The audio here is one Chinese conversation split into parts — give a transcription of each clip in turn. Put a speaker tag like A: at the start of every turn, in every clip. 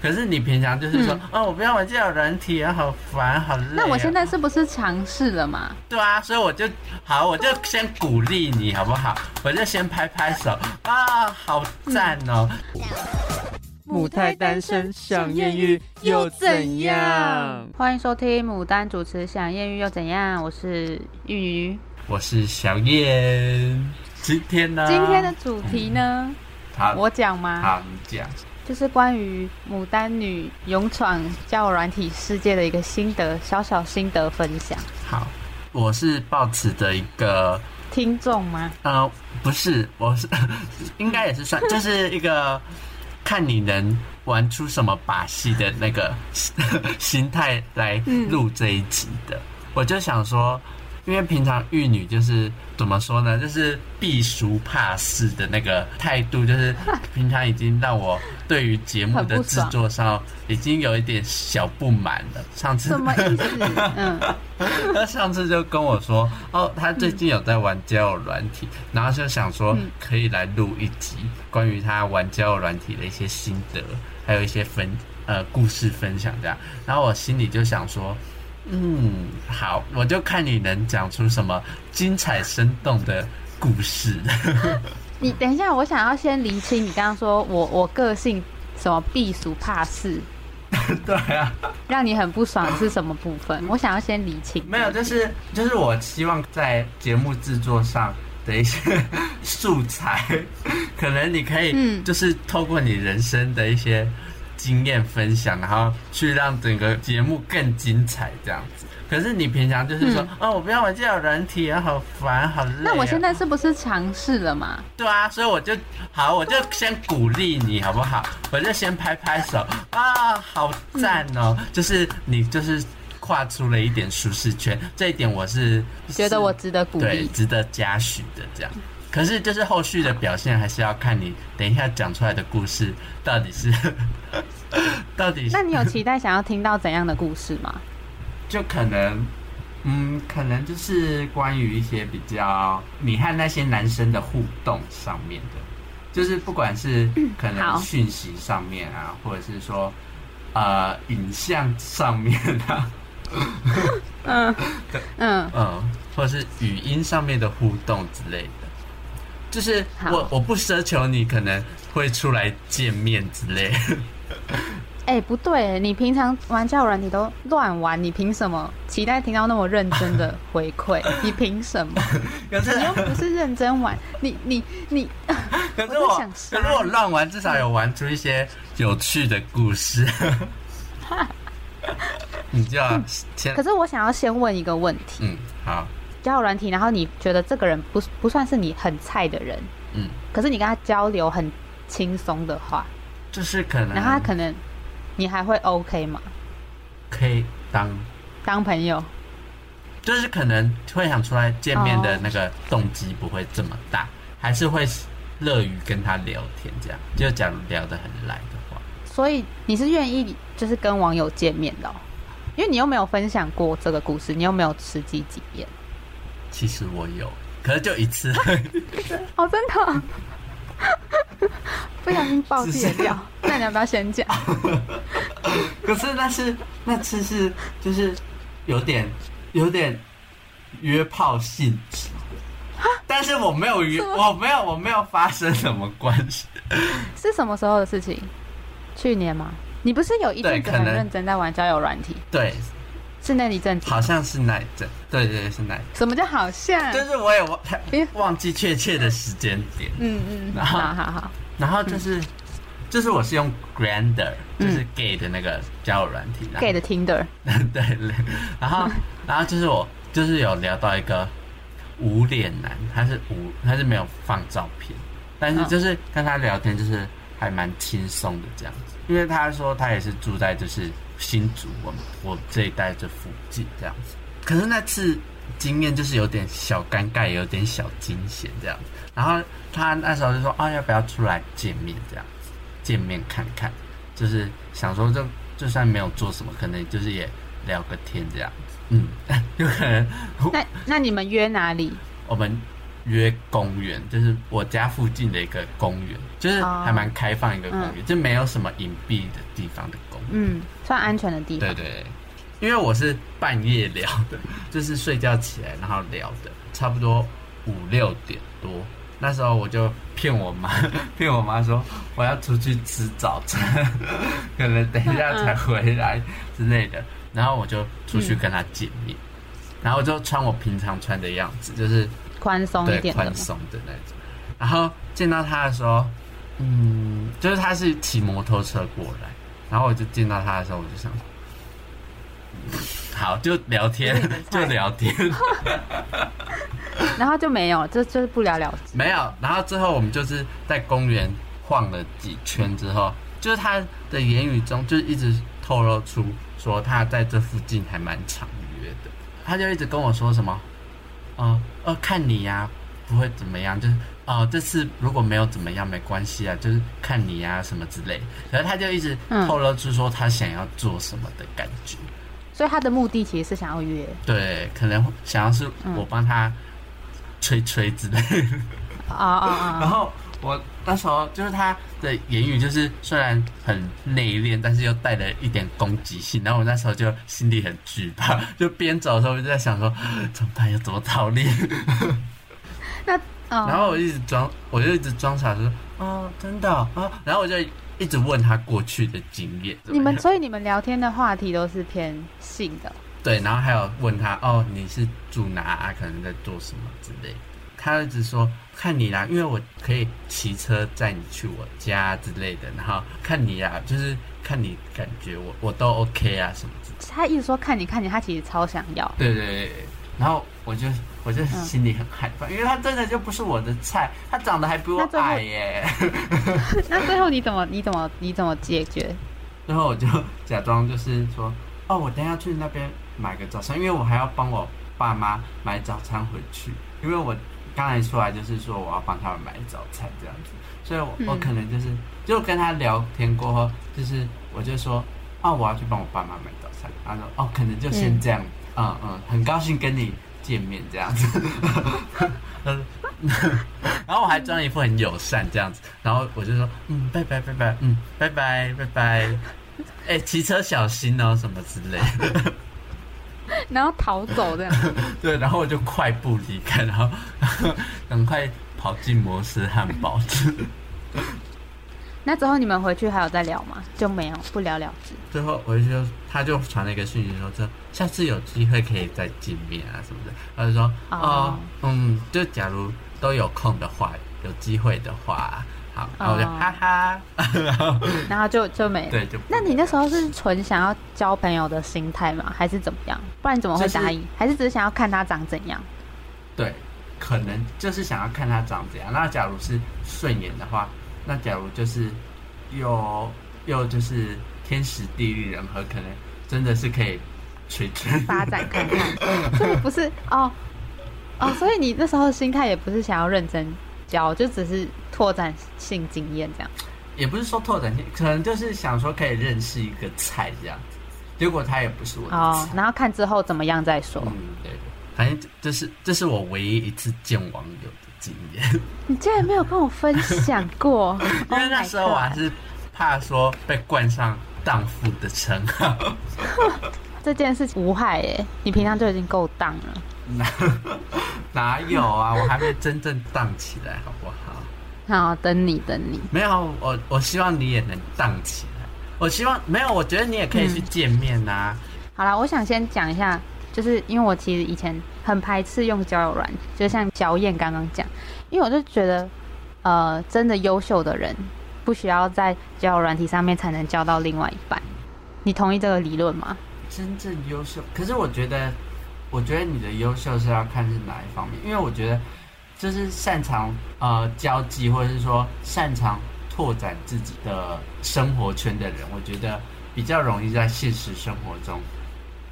A: 可是你平常就是说，哦，我不要玩这种软体啊，好烦，好累、哦。
B: 那我现在是不是尝试了嘛？
A: 对啊，所以我就好，我就先鼓励你好不好？我就先拍拍手啊，好赞哦！
C: 母胎单身想艳遇又怎样？
B: 欢迎收听牡丹主持《想艳遇又怎样》，我是玉鱼。
A: 我是小燕，今天
C: 啊
A: 呢？
B: 今天的主题呢，
A: 好，
B: 我讲吗？
A: 好，你讲。
B: 就是关于牡丹女勇闯交友软体世界的一个心得，小小心得分享。
A: 好，我是抱持的一个，
B: 听众吗？
A: 呃，不是，我是 应该也是算，就是一个 看你能玩出什么把戏的那个心态来录这一集的。我就想说，因为平常玉女就是怎么说呢，就是避俗怕事的那个态度，就是平常已经让我对于节目
B: 很
A: 的
B: 不
A: 制
B: 爽
A: 作上已经有一点小不满了。上次
B: 什么意思？嗯，
A: 他上次就跟我说，哦，他最近有在玩交友软体，然后就想说
B: 嗯
A: 可以来录一集关于他玩交友软体的一些心得，还有一些分呃故事分享这样。然后我心里就想说，嗯，好，我就看你能讲出什么精彩生动的故事。
B: 你等一下，我想要先厘清你刚刚说我我个性什么避俗怕事，
A: 对啊，
B: 让你很不爽是什么部分？我想要先厘清。
A: 没有，就是就是我希望在节目制作上的一些 素材，可能你可以
B: 嗯
A: 就是透过你人生的一些经验分享，然后去让整个节目更精彩这样子。可是你平常就是说，哦，我不要玩这种软体啊，好烦，好累、
B: 嗯那我现在是不是尝试了嘛？
A: 对啊，所以我就好，我就先鼓励你好不好？我就先拍拍手啊，好赞哦！就是你就是跨出了一点舒适圈，这一点我是
B: 觉得我值得鼓
A: 对
B: 励。
A: 值得嘉许的这样。可是就是后续的表现还是要看你等一下讲出来的故事到底是 到底是
B: 那你有期待想要听到怎样的故事吗？
A: 就可能。嗯，可能就是关于一些比较你和那些男生的互动上面的，就是不管是可能
B: 好
A: 讯息上面啊，或者是说呃影像上面啊，
B: 嗯嗯，
A: 嗯，或者是语音上面的互动之类的。就是
B: 好
A: 我我不奢求你可能会出来见面之类，
B: 哎、不对，你平常玩交友软体都乱玩，你凭什么期待听到那么认真的回 馈？你凭什么？
A: 可是
B: 你又不是认真玩，你你你，
A: 可是
B: 我
A: 我
B: 在想
A: 可
B: 杀
A: 是我乱玩，至少有玩出一些有趣的故事。 你就要先
B: 可是我想要先问一个问题：
A: 嗯好
B: 交友软体，然后你觉得这个人不不算是你很菜的人，
A: 嗯，
B: 可是你跟他交流很轻松的话，
A: 就是可能
B: 然后他可能你还会 OK 吗？
A: 可以当
B: 当朋友？
A: 就是可能会想出来见面的那个动机不会这么大，还是会乐于跟他聊天这样。就假如聊得很来的话，
B: 所以你是愿意就是跟网友见面的、哦，因为你又没有分享过这个故事，你又没有实际经验。
A: 其实我有，可是就一次。
B: 哦，真的 哦，不小心爆自己的料。那你要不要先讲？
A: 可是那是那次是就是有点有点约炮性质，但是我没有约，我没有我没有发生什么关系。
B: 是什么时候的事情？去年吗？你不是有一阵子
A: 对可
B: 很
A: 能
B: 认真在玩交友软体，
A: 对，
B: 是那一阵子？
A: 好像是那一阵，对对对是那一
B: 什么叫好像？
A: 阵，就是我也忘
B: 别
A: 忘记确切的时间点。
B: 嗯嗯，
A: 然后
B: 好好好，
A: 然后就是就是我是用 Grander，就是 gay 的那个交友软体，然后
B: 嗯给的 Tinder，
A: 对，然后然后就是我就是有聊到一个无脸男，他是无他是没有放照片，但是
B: 嗯
A: 就是跟他聊天就是还蛮轻松的这样子，因为他说他也是住在就是新竹我们我这一带这附近这样子，可是那次经验就是有点小尴尬，也有点小惊险这样子，然后他那时候就说啊要不要出来见面这样子，见面看看，就是想说就就算没有做什么，可能就是也聊
B: 哦
A: 个天这样子，嗯，有可能
B: 那那你们约哪里？
A: 我们约公园，就是我家附近的一个公园，就是还蛮开放一个公园，就没有什么隐蔽的地方的公园。
B: 嗯，算安全的地
A: 对
B: 方。
A: 对对，因为我是半夜聊的，就是睡觉起来然后聊的，差不多五六点多。那时候我就骗我妈， 骗我妈说我要出去吃早餐， 可能等一下才回来之类的。然后我就出去跟她见面，然后我就穿我平常穿的样子，就是
B: 宽松一
A: 对
B: 点的
A: 宽
B: 嘛。
A: 松的那种。然后见到她的时候，嗯，就是她是骑摩托车过来，然后我就见到她的时候，我就想，嗯好就聊天
B: 有点，菜
A: 就聊天。
B: 然后就没有，这就是不了了之。
A: 没有，然后之后我们就是在公园晃了几圈之后，就是他的言语中就一直透露出说他在这附近还蛮常约的，他就一直跟我说什么，哦哦，看你呀、不会怎么样，就是哦这次如果没有怎么样没关系啊，就是看你呀、什么之类，然后他就一直
B: 嗯
A: 透露出说他想要做什么的感觉，
B: 所以他的目的其实是想要约
A: 对，可能想要是
B: 嗯
A: 我帮他吹吹之类的。
B: 啊啊
A: 然
B: 啊！
A: 后我那时候就是他的言语，就是虽然很内敛，但是又带了一点攻击性。然后我那时候就心里很惧怕， 就边走的时候我就在想说， 怎么办？要怎么逃离？
B: 那 嗯，
A: 然后我一直装，我就一直装傻说，哦，真的哦啊。然后我就一直问他过去的经验，怎么
B: 嗯你们
A: 样
B: 所以你们聊天的话题都是偏性的，
A: 对，然后还有问他，哦，你是住哪啊？可能在做什么之类的。他一直说看你啦，因为我可以骑车载你去我家之类的，然后看你啦，就是看你感觉我我都 OK 啊什么之类的。
B: 他一直说看你看你，他其实超想 要。
A: 对对对对，然后我就我就心里很害怕，因为他真的就不是我的菜，他长得还比我
B: 那最后
A: 矮耶。
B: 那最后你怎么你怎么你怎么解决？
A: 然后我就假装就是说，哦，我等一下去那边买个早餐，因为我还要帮我爸妈买早餐回去，因为我刚才出来就是说我要帮他们买早餐这样子，所以我、我
B: 嗯
A: 可能就是就跟他聊天过后，就是我就说，哦，我要去帮我爸妈买早餐，他说，哦，可能就先这样，嗯嗯，很高兴跟你见面这样子。 然后我还装一副很友善这样子，然后我就说，嗯，拜拜拜拜，嗯，拜拜拜拜，哎、骑车小心哦，什么之类的。
B: 然后逃走这样，
A: 对，然后我就快步离开，然后 赶快跑进摩斯汉堡吃。
B: 那之后你们回去还有再聊吗？就没有，不了了之。
A: 最后我就他就传了一个讯息说，这下次有机会可以再见面啊什么的。他就说，
B: 哦
A: 哦，嗯，就假如都有空的话，有机会的话，好，然后我就、
B: 哦
A: 哈哈， 然后
B: 然后就就没。
A: 对就不
B: 那你那时候是纯想要交朋友的心态吗？还是怎么样？不然你怎么会答应？还是只是想要看他长怎样？
A: 对，可能就是想要看他长怎样。那假如是顺眼的话，那假如就是又又就是天时地利人和，可能真的是可以垂直
B: 发展看
A: 嗯
B: 看，所以不是哦哦，所以你那时候心态也不是想要认真交，就只是拓展性经验这样。
A: 也不是说拓展性，可能就是想说可以认识一个菜这样子。结果他也不是我的
B: 哦，
A: 菜，
B: 然后看之后怎么样再说。
A: 嗯，对对，反正这是这是我唯一一次见网友的经 验。，
B: 你竟然没有跟我分享过
A: 因为那时候我
B: Oh Oh my
A: 还
B: God
A: 是怕说被冠上荡妇的称号，
B: 这件事情无害耶，你平常就已经够当了。
A: 哪哪有啊？我还没真正荡起来，好不好？
B: 好，等你等你。
A: 没有，我我希望你也能荡起来。我希望没有，我觉得你也可以
B: 嗯
A: 去见面啊呐、
B: 好啦，我想先讲一下，就是因为我其实以前很排斥用交友软，就像小燕刚刚讲，因为我就觉得，呃，真的优秀的人不需要在交友软体上面才能交到另外一半。你同意这个理论吗？
A: 真正优秀，可是我觉得，我觉得你的优秀是要看是哪一方面，因为我觉得就是擅长呃交际，或者是说擅长拓展自己的生活圈的人，我觉得比较容易在现实生活中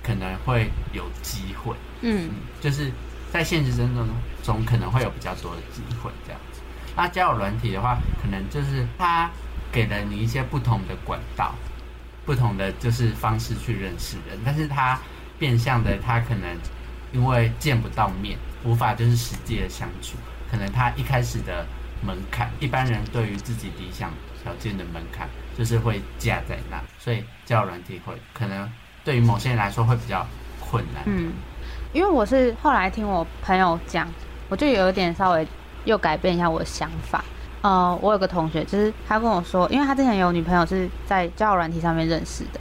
A: 可能会有机会。
B: 嗯
A: 嗯，就是在现实生活中可能会有比较多的机会这样子。那交友软体的话，可能就是它给了你一些不同的管道，不同的就是方式去认识人，但是它变相的，它可能因为见不到面，无法就是实际的相处，可可能他一开始的门槛，一般人对于自己理想条件的门槛就是会架在那，所以交友软体会可能对于某些人来说会比较困难。
B: 嗯，因为我是后来听我朋友讲，我就有点稍微又改变一下我的想法。呃，我有个同学，就是他跟我说，因为他之前有女朋友是在交友软体上面认识的，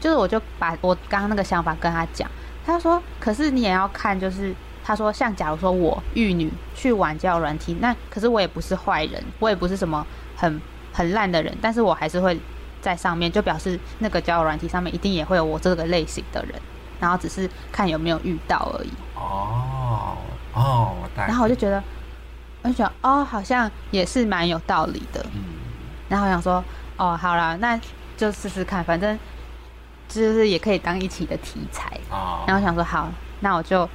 B: 就是我就把我刚刚那个想法跟他讲，他说，可是你也要看，就是他说，像假如说我玉女去玩交友软体，那可是我也不是坏人，我也不是什么很很烂的人，但是我还是会在上面，就表示那个交友软体上面一定也会有我这个类型的人，然后只是看有没有遇到而已。
A: 哦哦，我大概
B: 然后我就觉得，我就觉得哦，好像也是蛮有道理的。
A: 嗯，
B: 然后我想说，哦，好啦，那就试试看，反正就是也可以当一期的题材。
A: 哦，
B: 然后我想说，好，那我就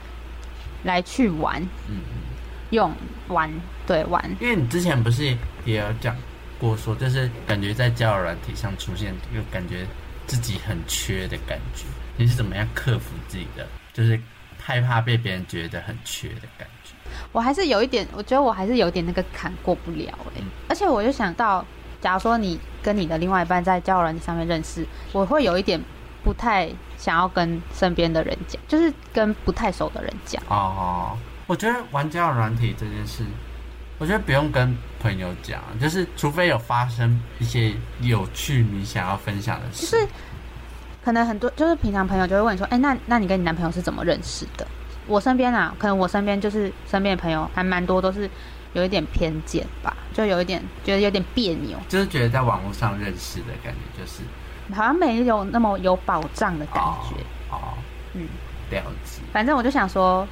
B: 来去玩，
A: 嗯嗯。
B: 用玩，对玩，
A: 因为你之前不是也有讲过说，就是感觉在交友软体上出现，又感觉自己很缺的感觉，你是怎么样克服自己的？就是害怕被别人觉得很缺的感觉。
B: 我还是有一点，我觉得我还是有点那个坎过不了哎、
A: 嗯
B: 而且我就想到，假如说你跟你的另外一半在交友软件上面认识，我会有一点不太想要跟身边的人讲，就是跟不太熟的人讲。
A: 哦，我觉得玩交友软体这件事，我觉得不用跟朋友讲，就是除非有发生一些有趣你想要分享的事，
B: 就是可能很多就是平常朋友就会问你说，哎、那那你跟你男朋友是怎么认识的？我身边啊，可能我身边就是身边的朋友还蛮多都是有一点偏见吧，就有一点觉得有点别扭，
A: 就是觉得在网络上认识的感觉，就是
B: 好像没有那么有保障的感觉。
A: 哦，
B: 嗯，
A: 了解。
B: 反正我就想说，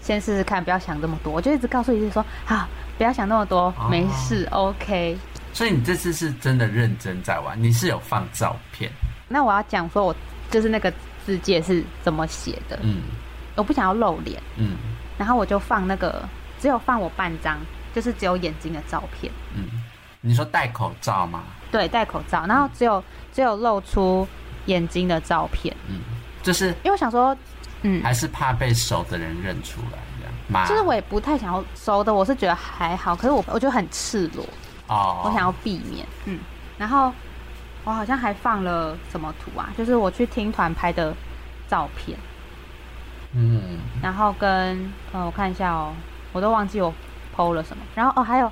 B: 先试试看，不要想这么多。我就一直告诉自己说，好，不要想那么多
A: 哦，
B: 没事、o k
A: 所以你这次是真的认真在玩，你是有放照片，
B: 那我要讲说我就是那个字界是怎么写的，
A: 嗯
B: 我不想要露脸。
A: 嗯
B: 然后我就放那个，只有放我半张，就是只有眼睛的照片，
A: 嗯。你说戴口罩吗？
B: 对，戴口罩，然后只有只有露出眼睛的照片，
A: 嗯，就是
B: 因为我想说，嗯，
A: 还是怕被熟的人认出来这样吗？
B: 就是我也不太想要收的，我是觉得还好，可是我我就很赤裸，
A: 哦，
B: 我想要避免，嗯，然后我好像还放了什么图啊，就是我去听团拍的照片，
A: 嗯，
B: 然后跟呃我看一下哦，我都忘记我 PO 了什么，然后哦还有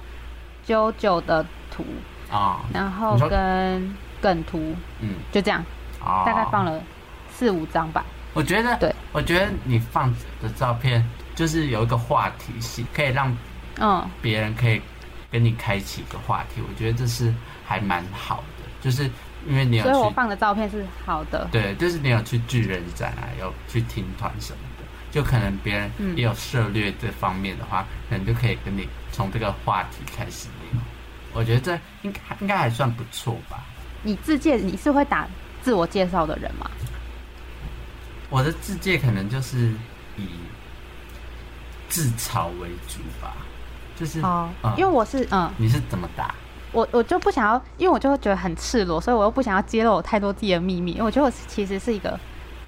B: 九九的图，
A: 哦，
B: 然后
A: 你说
B: 跟梗图
A: 嗯，
B: 就这样，
A: 哦，
B: 大概放。了四五张吧。
A: 我觉得，
B: 对，
A: 我觉得你放的照片就是有一个话题性，可以让
B: 嗯，
A: 别人可以跟你开启一个话题，我觉得这是还蛮好的，就是因为你有
B: 所以我
A: 去
B: 放的照片是好的。
A: 对，就是你有去巨人展啊，有去听团什么的，就可能别人
B: 嗯
A: 也有涉略这方面的话，可能就可以跟你从这个话题开始聊。我觉得这应该应该还算不错吧。
B: 你自介你是会打自我介绍的人吗？
A: 我的自介可能就是以自嘲为主吧，就是
B: 哦
A: 嗯，
B: 因为我是嗯，
A: 你是怎么打？
B: 我我就不想要，因为我就会觉得很赤裸，所以我又不想要揭露我太多自己的秘密。因为我觉得我是其实是一个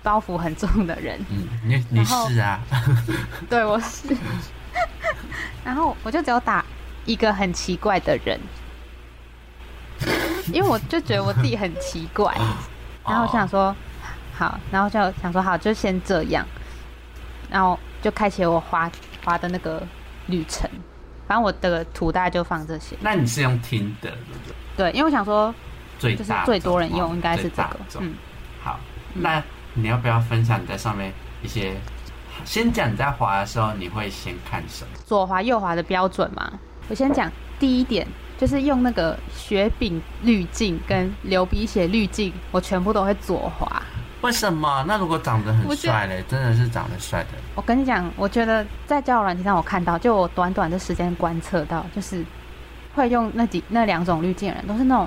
B: 包袱很重的人，
A: 嗯，你你
B: 然后
A: 是啊，
B: 对我是。 然后我就只有打一个很奇怪的人，因为我就觉得我自己很奇怪。然后我就想
A: 哦
B: 说，好，然后就想说好，就先这样，然后就开启了我滑滑的那个旅程。反正我的图大概就放这些，
A: 那你是用听的，对不对？
B: 对，因为我想说，
A: 最
B: 就是
A: 大
B: 最
A: 众
B: 多人
A: 哦
B: 用应该是
A: 最
B: 这
A: 大
B: 个，
A: 众
B: 嗯，
A: 好，那你要不要分享你在上面一些？先讲你在滑的时候，你会先看什么？
B: 左滑右滑的标准嘛。我先讲第一点，就是用那个雪饼滤镜跟流鼻血滤镜，我全部都会左滑。
A: 为什么？那如果长得很
B: 我觉得
A: 帅嘞，真的是长得帅的，
B: 我跟你讲，我觉得在交友软件上，我看到，就我短短的时间观测到，就是会用那几那两种滤镜的人，都是那种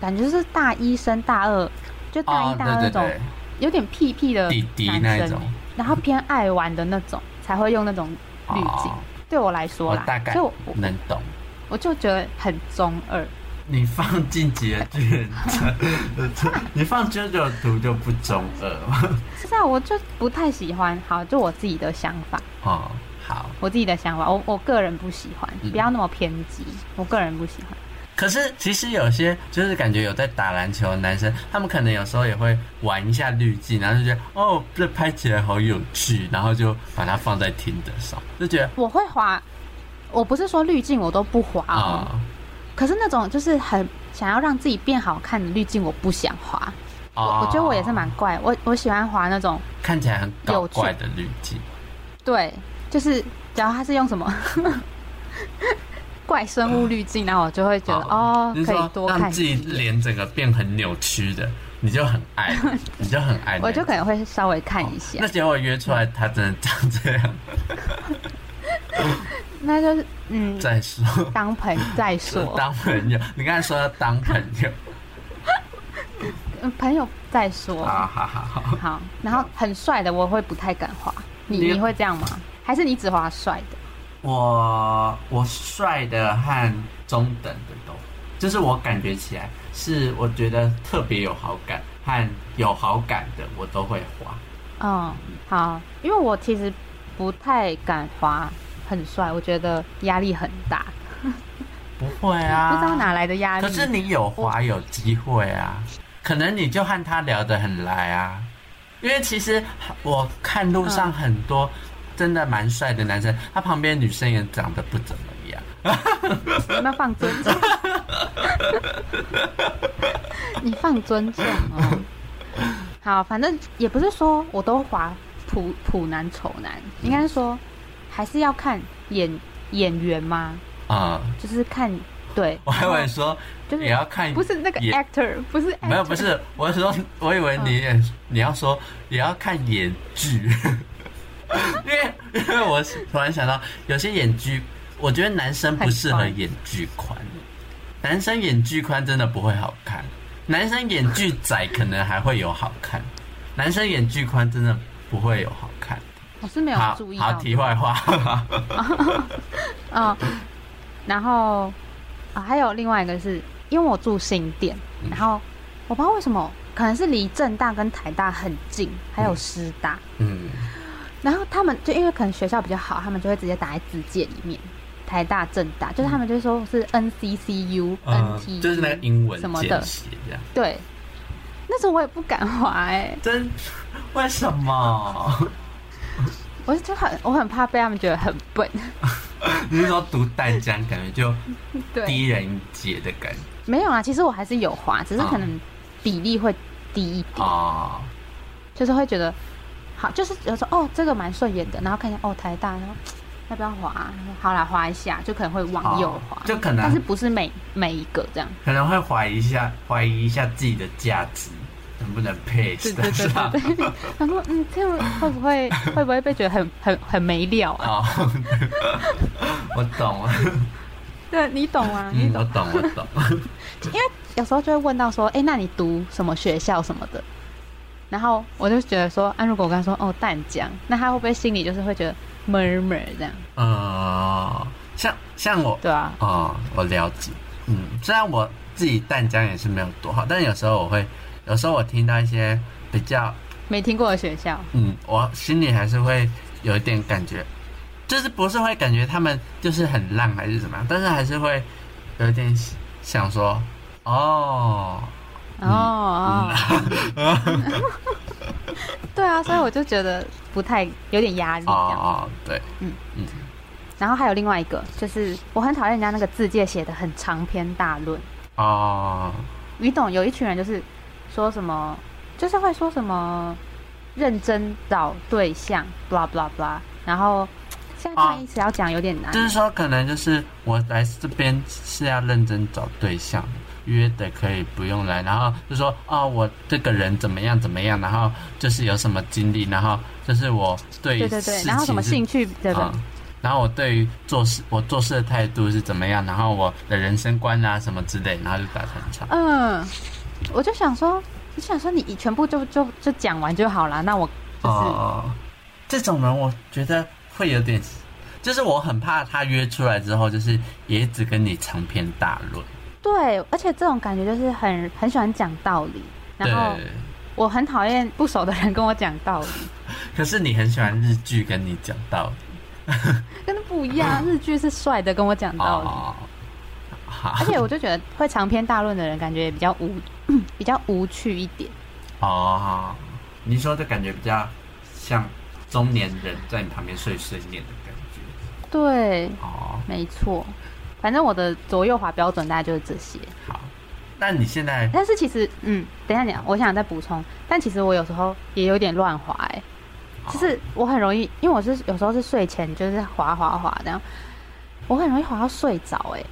B: 感觉就是大一升大二，就大
A: 哦
B: 一，大
A: 对
B: 二那
A: 对
B: 种、
A: 对，
B: 有点屁屁的
A: 弟弟那
B: 男
A: 一
B: 生
A: 种，
B: 然后偏爱玩的那种，才会用那种滤镜。
A: 哦
B: 对我来说
A: 我
B: 啦，
A: 大概
B: 所以我我
A: 能懂。
B: 我就觉得很中二。
A: 你放进击的巨人 传，你放 JoJo 图就不中二
B: 是啊，我就不太喜欢。好，就我自己的想法。
A: 哦。好。
B: 我自己的想法，我我个人不喜欢，
A: 嗯
B: 不要那么偏激，我个人不喜欢。
A: 可是其实有些就是感觉有在打篮球的男生，他们可能有时候也会玩一下滤镜，然后就觉得哦，这拍起来好有趣，然后就把它放在听的上，就觉得
B: 我会滑，我不是说滤镜我都不滑哦，
A: 啊
B: 可是那种就是很想要让自己变好看的滤镜，我不想滑。我
A: 啊
B: 我觉得我也是蛮怪，我我喜欢滑那种，
A: 看起来很搞怪的滤镜，
B: 对，就是只要他是用什么怪生物滤镜，然后我就会觉得
A: 啊
B: 哦
A: 就是，
B: 可以
A: 说
B: 多
A: 让
B: 看
A: 自己
B: 几眼，
A: 脸整个变很扭曲的，你就很爱，你就很爱那个，
B: 我就可能会稍微看一下
A: 哦那。结果约出来，他真的长这样，
B: 那就是嗯，
A: 再说。
B: 当朋友再说，
A: 当朋友，你刚才说要当朋 友，
B: 嗯朋友再说。
A: 好好好好，
B: 好，然后很帅的我会不太敢滑，你
A: 你
B: 你会这样吗？还是你只滑帅的？
A: 我我帅的和中等的都，就是我感觉起来是我觉得特别有好感和有好感的我都会滑，
B: 嗯，好，因为我其实不太敢滑很帅，我觉得压力很大，
A: 不会啊，
B: 不知道哪来的压力。
A: 可是你有滑有机会啊，可能你就和他聊得很来啊。因为其实我看路上很多真的蛮帅的男生，他旁边女生也长得不怎么样。
B: 有没有放尊重？你放尊重哦。好，反正也不是说我都滑普普男丑男，应该是说还是要看演演员嘛，
A: 嗯，
B: 就是看对，
A: 我还以为说
B: 哦就是
A: 也要看，
B: 不是那个
A: 演
B: actor，不是 actor,
A: 没有不是，我是说我以为你
B: 嗯
A: 也、你要说也要看演剧， 因为因为我突然想到有些演剧，我觉得男生不适合
B: 很棒
A: 演剧宽，男生演剧宽真的不会好看，男生演剧窄可能还会有好看，男生演剧宽真的不会有好看。
B: 我是没有
A: 好
B: 注意
A: 好
B: 到
A: 题外话，
B: 嗯，然后啊，还有另外一个是因为我住新店，
A: 嗯
B: 然后我不知道为什么，可能是离正大跟台大很近，还有师大，
A: 嗯，
B: 然后他们就因为可能学校比较好，他们就会直接打在字界里面，台大、正大，就是他们就说是 NCCU、NT，
A: 嗯就是那个英文
B: 呃什么
A: 简
B: 的，
A: 写这样，
B: 对。那时候我也不敢滑哎、
A: 真为什么？
B: 我就很我很怕被他们觉得很笨，
A: 你是说读淡江感觉就
B: 对，
A: 低人一截的感觉
B: 没有啊，其实我还是有滑，只是可能比例会低一点。
A: 哦，
B: 就是会觉得好，就是有时候哦，这个蛮顺眼的，然后看一下哦，台大，然后嘖要不要滑、啊？好啦，滑一下，就可能会往右
A: 哦
B: 滑，
A: 就可
B: 但是
A: 能
B: 不是每每一个这样？
A: 可能会怀疑一下，怀疑一下自己的价值能不能配
B: 对
A: 得
B: 对对
A: 上
B: 对对。 他说嗯，这样会不会会不会被觉得很很很没料啊？
A: 哦， 我懂了，
B: 对你懂啊，你
A: 嗯，我
B: 懂。
A: 懂，我 懂。
B: 有时候就会问到说，哎、那你读什么学校什么的？然后我就觉得说，啊，如果我跟他说哦淡江，那他会不会心里就是会觉得 murmur 这样？
A: 呃，像像我
B: 对啊，
A: 哦，我了解。嗯，虽然我自己淡江也是没有多好，但有时候我会，有时候我听到一些比较
B: 没听过的学校，
A: 嗯，我心里还是会有一点感觉，就是不是会感觉他们就是很浪还是怎么样，但是还是会有一点想说，哦，
B: 哦哦， 对啊，所以我就觉得不太有点压力
A: 哦
B: 这
A: 哦，
B: 样。
A: 对，
B: 然后还有另外一个，就是我很讨厌人家那个字界写的很长篇大论，
A: 哦，
B: 你懂？有一群人就是说什么，就是会说什么认真找对象，blah blah blah，然后。现在
A: 哦
B: 这样一直要讲有点难，
A: 就是说可能就是我来这边是要认真找对象。约的可以不用来，然后就说哦，我这个人怎么样怎么样，然后就是有什么经历，然后就是我对
B: 对对对
A: 事，
B: 然后
A: 情
B: 什么
A: 是
B: 兴趣对吧？
A: 嗯然后我对于做事，我做事的态度是怎么样，然后我的人生观啊什么之类，然后就打成长。
B: 嗯，我就想说，我就想说你全部就就就讲完就好了，那我就是、
A: 哦，这种人我觉得会有点，就是我很怕他约出来之后，就是也只跟你长篇大论。
B: 对，而且这种感觉就是很很喜欢讲道理，然后
A: 对，
B: 我很讨厌不熟的人跟我讲道理。
A: 可是你很喜欢日剧跟你讲道理，
B: 跟那不 一样。日剧是帅的，跟我讲道理。
A: 哦，
B: 而
A: 好
B: 且我就觉得会长篇大论的人，感觉也比较无 比较无趣一点。
A: 哦，你说的感觉比较像中年人在你旁边碎碎念的感觉
B: 对，
A: 哦。
B: 没错。反正我的左右滑标准大概就是这些。
A: 好，那你现在
B: 但是其实，嗯，等一下讲，我想再补充。但其实我有时候也有点乱滑、欸，就是我很容易，因为我是有时候是睡前就是滑滑滑这样，我很容易滑到睡着、 欸，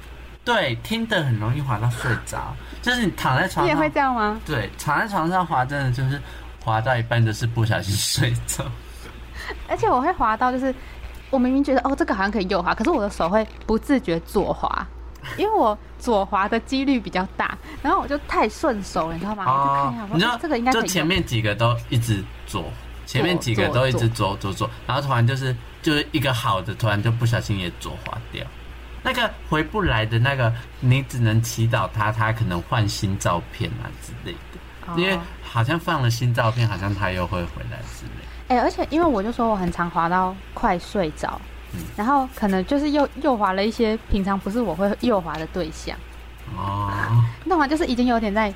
A: 对听的很容易滑到睡着，就是你躺在床
B: 你也
A: 上
B: 会这样吗？
A: 对，躺在床上滑，真的就是滑到一半就是不小心睡着。
B: 而且我会滑到，就是我明明觉得哦，这个好像可以右滑，可是我的手会不自觉左 滑，因为我左滑的几率比较大，然后我就太顺手了，你知道吗？我就看一下，我
A: 你
B: 说
A: 说、
B: 哦这个应该可
A: 就
B: 以
A: 前
B: 右。
A: 面几个都一直左，前面几个都一直左左左，然后突然就是就是一个好的，突然就不小心也左滑掉。那个回不来的那个，你只能祈祷他，他可能换新照片啊之类的，
B: 哦
A: 因为好像放了新照片，好像他又会回来之类的。
B: 哎、而且因为我就说我很常滑到快睡着，
A: 嗯
B: 然后可能就是又又滑了一些平常不是我会右滑的对象，
A: 哦，
B: 那我就是已经有点在，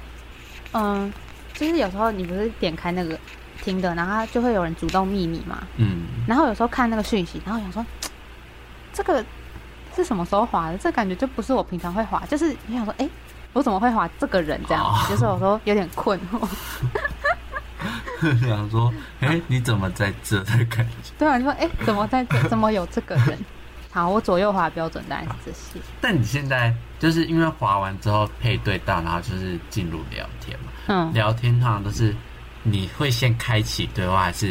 B: 嗯，就是有时候你不是点开那个听的，然后它就会有人主动密你嘛，
A: 嗯，
B: 然后有时候看那个讯息，然后想说，这个是什么时候滑的？这感觉就不是我平常会滑，就是你想说，哎、我怎么会滑这个人这样？
A: 哦
B: 就是有时候有点困惑，
A: 想说，哎、你怎么在这的感觉？
B: 对啊，你说，哎、怎么在这？怎么有这个 人？好，我左右滑标准大概是这些。
A: 但你现在就是因为滑完之后配对到，然后就是进入聊天嘛。
B: 嗯，
A: 聊天通常都是你会先开启对话，还是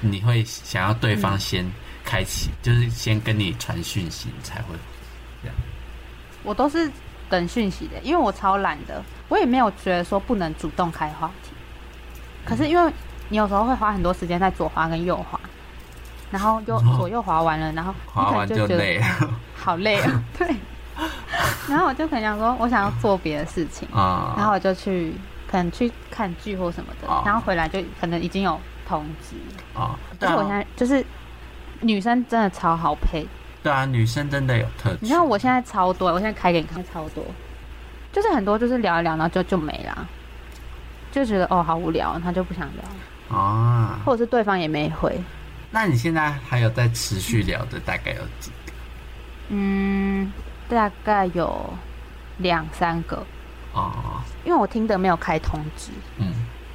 A: 你你会想要对方先开启，就是先跟你传讯息你才会？
B: 我都是等讯息的，因为我超懒的，我也没有觉得说不能主动开话题。可是因为你有时候会花很多时间在左滑跟右滑，然后又
A: 哦
B: 左右滑完了，然后你
A: 滑
B: 可能
A: 完
B: 就
A: 就
B: 觉得
A: 累了
B: 好累 啊，对。然后我就可能想说，我想要做别的事情，
A: 啊、
B: 然后我就去可能去看剧或什么的，
A: 哦
B: 然后回来就可能已经有通知。
A: 啊，对
B: 但是我现
A: 啊，
B: 在就是女生真的超好配，
A: 对啊，女生真的有特质。
B: 你看我现在超多，我现在开给你看超多，就是很多就是聊一聊，然后就就没啦，就觉得哦好无聊，他就不想聊，
A: 啊，
B: 或者是对方也没回，
A: 那你现在还有在持续聊的大概有几？
B: 嗯，大概有两三个，
A: 哦，
B: 因为我听的没有开通知，
A: 嗯，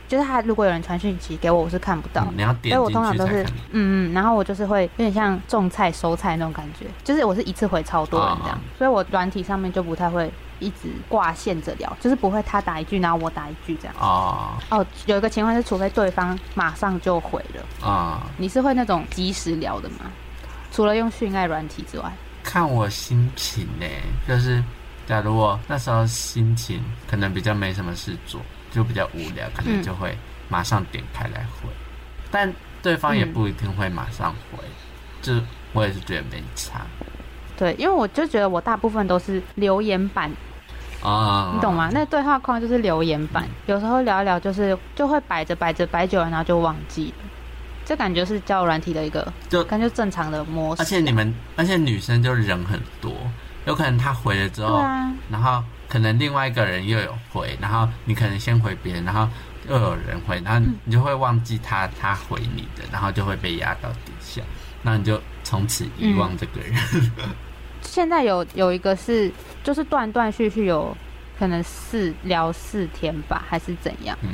B: 就是他如果有人传讯息给我，我是看不到。
A: 嗯你要
B: 啊所以
A: 点
B: 我
A: 进
B: 通常
A: 去
B: 都
A: 才
B: 是
A: 看到。，
B: 嗯嗯，然后我就是会有点像种菜收菜那种感觉，就是我是一次回超多人这样，
A: 啊
B: 所以我软体上面就不太会一直挂线着聊，就是不会他打一句，然后我打一句这样。
A: 哦
B: 哦，有一个情况是，除非对方马上就回了，
A: 啊、
B: 你是会那种及时聊的吗？除了用训爱软体之外，
A: 看我心情呢、就是假如我那时候心情可能比较没什么事做，就比较无
B: 嗯
A: 聊，可能就会马上点开来回，但对方也不一定会马上回，就我也是觉得没差
B: 对，因为我就觉得我大部分都是留言板，
A: 啊，
B: 你懂吗？那对话框就是留言板，有时候聊一聊就是就会摆着摆着摆久了，然后就忘记了。这感觉是交友软体的一个，
A: 哦就
B: 感觉正常的模式。
A: 而且你们，而且女生就人很多，有可能她回了之
B: 对
A: 后，
B: 啊，
A: 然后可能另外一个人又有回，然后你可能先回别人，然后又有人回，然后你就会忘记他他回你的，然后就会被压到底下，那你就从此遗忘这个人。
B: 现在有有一个是就是断断续续有可能四聊四天吧，还是怎样？
A: 嗯，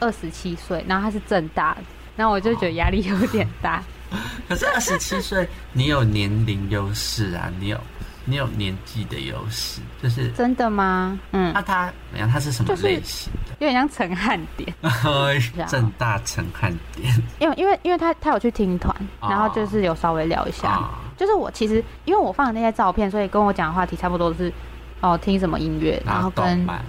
B: 二十七岁，然后他是正大的，然后我就觉得压力有点大。
A: 哦可是二十七岁，你有年龄优势啊，你有你有年纪的优势，就是
B: 真的吗？嗯
A: 那，他，怎样？他是什么
B: 就是
A: 类型的？
B: 有点像陈汉典，
A: 正大陈汉典
B: 因为因为因为他他有去听团，
A: 哦
B: 然后就是有稍微聊一下。
A: 啊，
B: 就是我其实因为我放的那些照片，所以跟我讲的话题差不多都是哦听什么音乐，然
A: 然
B: 后
A: 后啊动
B: 跟
A: 漫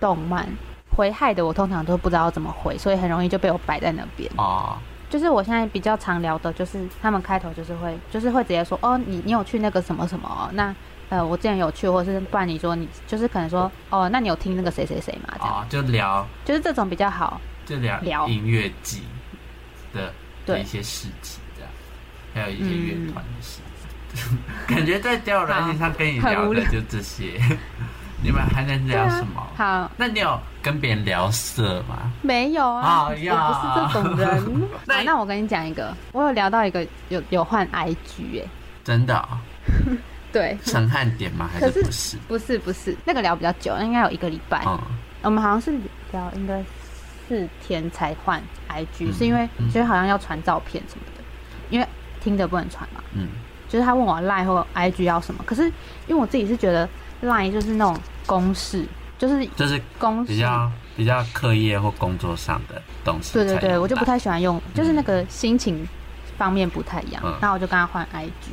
B: 动漫。回害的我通常都不知道怎么回，所以很容易就被我摆在那边。
A: 哦，
B: 就是我现在比较常聊的，就是他们开头就是会，就是会直接说，哦，你你有去那个什么什么、哦，那呃我之前有去，或者是不然你说你就是可能说，哦，那你有听那个谁谁谁嘛，这样、
A: 哦，就聊
B: 就是这种比较好。
A: 就聊
B: 聊
A: 音乐季的
B: 对
A: 的一些事情，这样。还有一些乐团的事。 感觉在交友软件上跟你
B: 好很
A: 聊
B: 无
A: 的
B: 聊
A: 就这些， 你们还能聊什么？
B: 好，
A: 那你有跟别人聊色吗？
B: 没有啊，
A: 哎
B: 我
A: 呀
B: 不是这种人。
A: 那
B: 好，那我跟你讲一个，我有聊到一个有有换 IG 哎、
A: 真的、哦，
B: 对，
A: 陈汉典吗？还
B: 可是
A: 是不 是？
B: 不是不是，那个聊比较久，应该有一个礼拜。
A: 嗯，
B: 我们好像是聊应该四天才换 IG，、
A: 嗯
B: 是因为
A: 嗯
B: 就是好像要传照片什么的，因为听的不能传嘛。
A: 嗯，
B: 就是他问我 Line 或 IG 要什么，可是因为我自己是觉得 Line 就是那种公式，就是
A: 就是
B: 公式
A: 比。较比较课业或工作上的东西才
B: 对
A: 能来。
B: 对对，我就不太嗯喜欢用，就是那个心情方面不太一样
A: 嗯。
B: 然后我就跟他换 IG，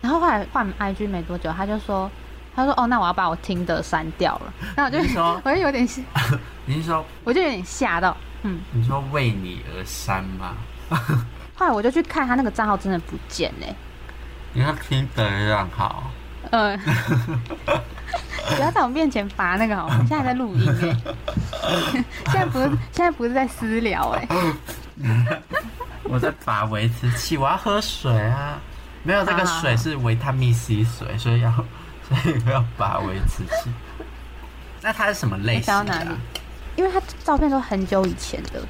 B: 然后后来换 IG 没多久，他就说，他说哦，那我要把我听的删掉了。那我就
A: 你说
B: 我就有点，
A: 你是说
B: 我就有点吓到，嗯。
A: 你说为你而删吗？
B: 后来我就去看他那个账号，真的不见欸嘞、
A: 你说听得让好，
B: 呃， 不要在我面前拔那个好吗？现在在录音哎、 现在不是现在不是在私聊哎、
A: 我在拔维持器，我要喝水啊！没有，这个
B: 啊
A: 水是维他命 C 水，所以要所以要拔维持器。那它是什么类型
B: 你想
A: 的、
B: 要哪
A: 啊
B: 里？因为他照片都很久以前的，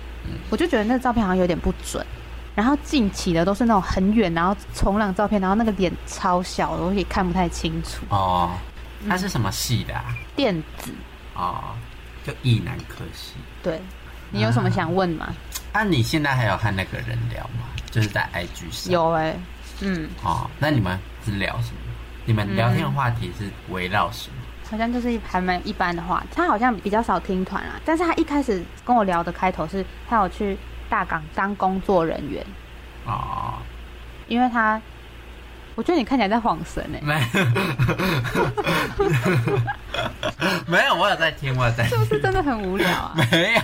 B: 我就觉得那照片好像有点不准。然后近期的都是那种很远，然后冲浪照片，然后那个脸超小的，我也看不太清楚。
A: 哦，它是什么系的、啊？
B: 电子，
A: 哦，就意男科系。
B: 对你有什么想问吗？
A: 那、你现在还有和那个人聊吗？就是在 IG 上。
B: 有哎、嗯，
A: 哦，那你们是聊什么？你们聊天话题是围绕什么？
B: 好像就是还蛮一般的话题，他好像比较少听团啦。但是他一开始跟我聊的开头是，他有去大港当工作人员，
A: 哦，
B: 因为他，我觉得你看起来在晃神 哎、
A: 没，没有，我有在听，我有在
B: 是
A: 听。
B: 不是真的很无聊啊？
A: 没有，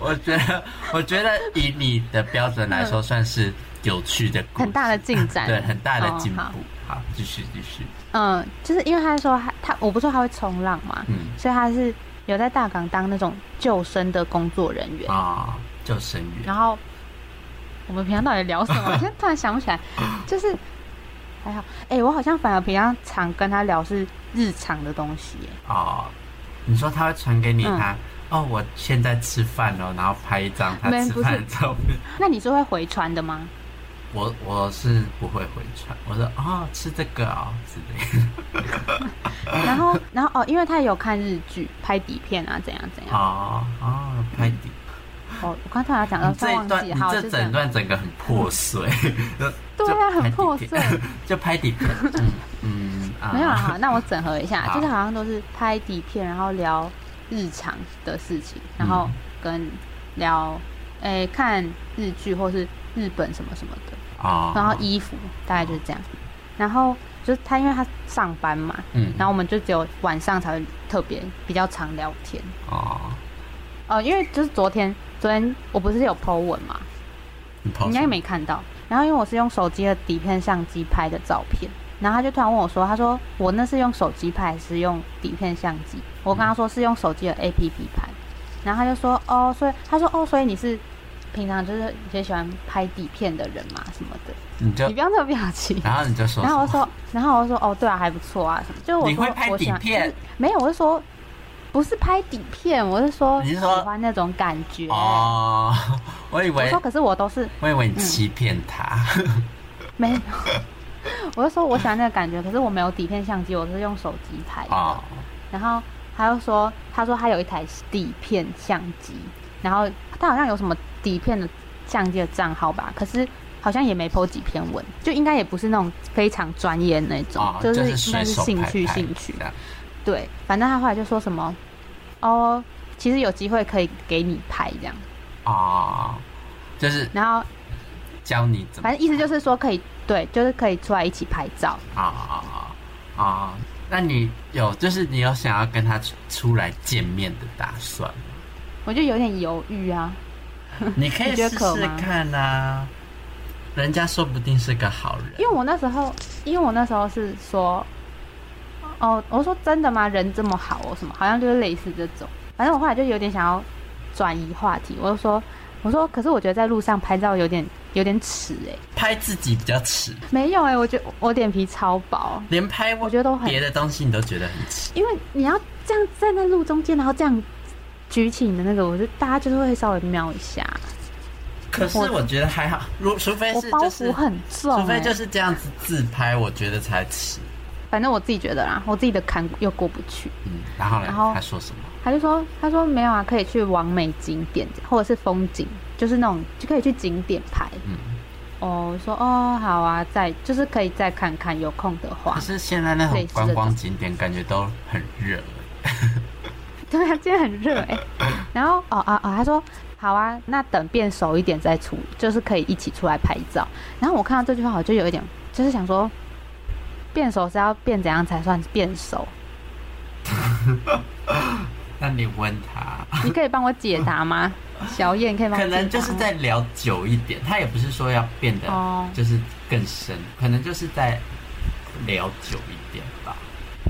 A: 我觉得，我觉得以你的标准来说，算是有趣的故事，
B: 很大的进展，
A: 对，很大的进步。
B: 哦好
A: 好，继续继续，
B: 嗯，就是因为他说他他，我不是说他会冲浪嘛，
A: 嗯，
B: 所以他是有在大港当那种救生的工作人员。
A: 啊、救生员，
B: 嗯然后我们平常到底聊什 么？我现在突然想不起来，就是还好。哎、我好像反而平常常跟他聊是日常的东西耶。
A: 哦，你说他会传给你
B: 嗯
A: 他，哦，我现在吃饭了，然后拍一张他
B: 没
A: 吃
B: 不是
A: 饭的照片。
B: 那你是会回传 的吗？
A: 我我是不会回传，我说哦，吃这个哦之类的。
B: 然后，然后哦，因为他有看日剧、拍底片啊，怎样怎样。
A: 哦哦，拍底。
B: 哦，我刚突然讲到，
A: 你
B: 突
A: 这
B: 然
A: 一
B: 忘
A: 段，
B: 记
A: 你
B: 了，好，
A: 这
B: 就这样
A: 整。段整个很破碎。
B: 对啊，很破碎。
A: 就拍底 片，就拍底片。嗯嗯啊，
B: 没有啊，好那我整合一下，
A: 好
B: 就是好像都是拍底片，然后聊日常的事情，
A: 嗯
B: 然后跟聊诶、看日剧或是日本什么什么的。
A: 哦，
B: 然后衣服大概就是这样。然后就是他，因为他上班嘛，
A: 嗯，
B: 然后我们就只有晚上才会特别比较常聊天。
A: 哦，
B: 哦，因为就是昨天，昨天我不是有 po 文嘛，
A: 你
B: 你
A: 抛
B: 应
A: 什
B: 该
A: 么
B: 没看到。然后因为我是用手机的底片相机拍的照片，然后他就突然问我说：“他说我那是用手机拍还是用底片相机？”我跟他说是用手机的 APP 拍，然后他就说：“哦，所以他说哦，所以你是平常就是也喜欢拍底片的人嘛什么的。”
A: 你就
B: 你不要那么表情。
A: 然后你就说什么，
B: 然后我说，然后我说，哦，对啊，还不错啊，什么？就是我
A: 你
B: 说
A: 会拍
B: 我喜欢嗯
A: 底片，
B: 没有，我是说不是拍底片，我是说
A: 你
B: 喜
A: 是说
B: 欢那种感觉。
A: 哦，我以
B: 我
A: 为
B: 说，嗯可是我 都是
A: 我以为你欺骗他，
B: 没有，我就说我喜欢那个感觉，可是我没有底片相机，我是用手机拍的。
A: 哦，
B: 然后他又说，他说他有一台底片相机，然后他好像有什么底片的相机的账号吧，可是好像也没 po 几篇文，就应该也不是那种非常专业那种，
A: 哦
B: 就
A: 就是是
B: 应该是
A: 随手
B: 兴趣
A: 拍拍
B: 兴趣
A: 这。样
B: 对，反正他后来就说什么，哦，其实有机会可以给你拍这样，
A: 哦，就是
B: 然后
A: 教你怎么
B: 反正意思就是说可以，对，就是可以出来一起拍照。
A: 啊啊啊！啊！那你有就是你有想要跟他出出来见面的打算吗？
B: 我就有点犹豫啊，
A: 你可以
B: 你觉
A: 试
B: 得可
A: 试看啊，人家说不定是个好人。
B: 因为我那时候，因为我那时候是说，哦，我说真的吗？人这么好哦，什么好像就是类似这种。反正我后来就有点想要转移话题，我就说，我说，可是我觉得在路上拍照有点有点耻哎、欸，
A: 拍自己比较耻，
B: 没有哎、我觉得我脸皮超薄，
A: 连拍我
B: 我觉得都很
A: 别的东西你都觉得很耻。
B: 因为你要这样站在路中间，然后这样举起你的那个，我就大家就是会稍微瞄一下。
A: 可是我觉得还好，如除非
B: 我
A: 是
B: 包
A: 就
B: 袱
A: 是，
B: 很重、欸，
A: 除非就是这样子自拍，我觉得才耻。
B: 反正我自己觉得啦，我自己的坎又过不去。
A: 嗯，然后呢？
B: 然后
A: 他说什么？
B: 他就说，他说没有啊，可以去完美景点或者是风景，就是那种就可以去景点拍。
A: 嗯，
B: 哦，我说哦好啊，再就是可以再看看，有空的话
A: 可。是现在那
B: 类
A: 种
B: 似这
A: 观光
B: 种
A: 景点感觉都很热，
B: 对啊，今天很热 哎、然后哦啊啊，他说好啊，那等变熟一点再出，就是可以一起出来拍照。然后我看到这句话，我就有一点就是想说，变熟是要变怎样才算变熟？
A: 那你问他，
B: 你可以帮我解答吗？小燕，你可以帮
A: 可
B: 我解答吗
A: 能就是在聊久一点，他也不是说要变得
B: 哦
A: 就是更深，可能就是在聊久一点吧。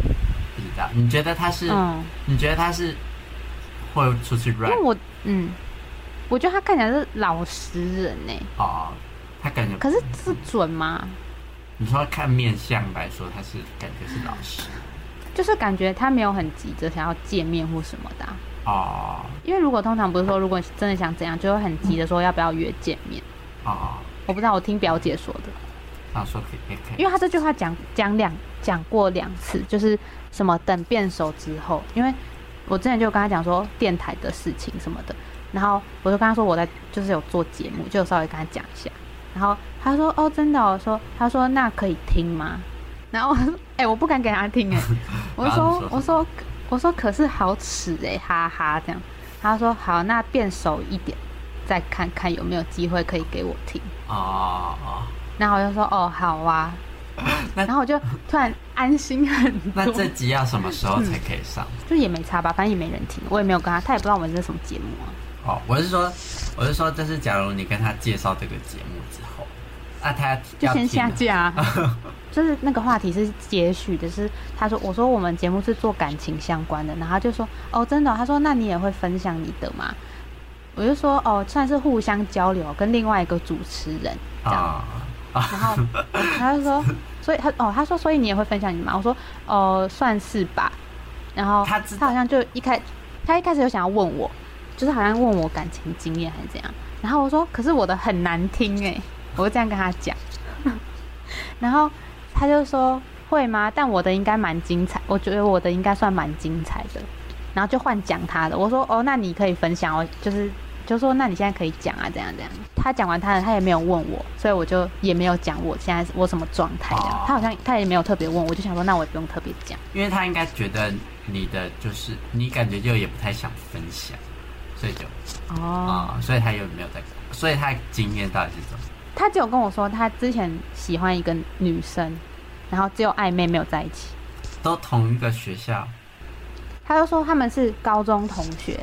A: 不知道，你觉得他是？
B: 嗯，
A: 你觉得他是会出去
B: 因为
A: rap
B: 我嗯，我觉得他看起来是老实人哎、
A: 哦？他感觉
B: 可是是准吗？
A: 你说看面相来说，他是感觉是老师
B: 就是感觉他没有很急着想要见面或什么的啊、
A: 哦
B: 因为如果通常不是说，如果真的想怎样，就会很急的说要不要约见面。
A: 哦，
B: 我不知道，我听表姐说的，
A: 他说可以可以，
B: 因为她这句话讲讲两讲过两次，就是什么等变熟之后，因为我之前就跟她讲说电台的事情什么的，然后我就跟她说我在就是有做节目，就有稍微跟她讲一下，然后她说哦真的哦、我说她说那可以听吗？ 然后我说哎、我不敢给 她听哎、我就
A: 然后
B: 说
A: 你说
B: 我
A: 什
B: 说我说可是好耻哎、哈哈这样，她说好那变熟一点，再看看有没有机会可以给我听。
A: 哦哦，
B: 然后我就说哦好 啊，
A: 那
B: 然后我就突然安心很
A: 那
B: 多，
A: 这集要什么时候才可以上？
B: 就也没差吧，反正也没人听，我也没有跟他，他也不知道我们这是什么节目啊。
A: 哦，我是说，我是说，就是假如你跟他介绍这个节目之后，那他
B: 就
A: 要
B: 先
A: 听
B: 下架、啊 就是那个话题是接续的，是他说我哦说我们节目是做感情相关的，然后他就说哦真的哦、他说那你也会分享你的吗？我就说哦算是互相交流，跟另外一个主持人这样，
A: 啊
B: 然后呃他就说所以他哦他说所以你也会分享你吗？我说哦算是吧，然后
A: 他知道
B: 他好像就一开他一开始有想要问我，就是好像问我感情经验还是怎样，然后我说可是我的很难听哎、我就这样跟他讲，然后他就说会吗？但我的应该蛮精彩，我觉得我的应该算蛮精彩的，然后就换讲他的，我说哦那你可以分享哦，就是。就说那你现在可以讲啊，怎样怎样？他讲完他的，他也没有问我，所以我就也没有讲我现在我什么状态这样
A: 哦。
B: 他好像他也没有特别问，我就想说那我也不用特别讲。
A: 因为他应该觉得你的就是你感觉就也不太想分享，所以就
B: 哦，
A: 啊、所以他又没有在，所以他经验到底是怎么？
B: 他只有跟我说他之前喜欢一个女生，然后只有暧昧没有在一起。
A: 都同一个学校
B: 他就说他们是高中同学，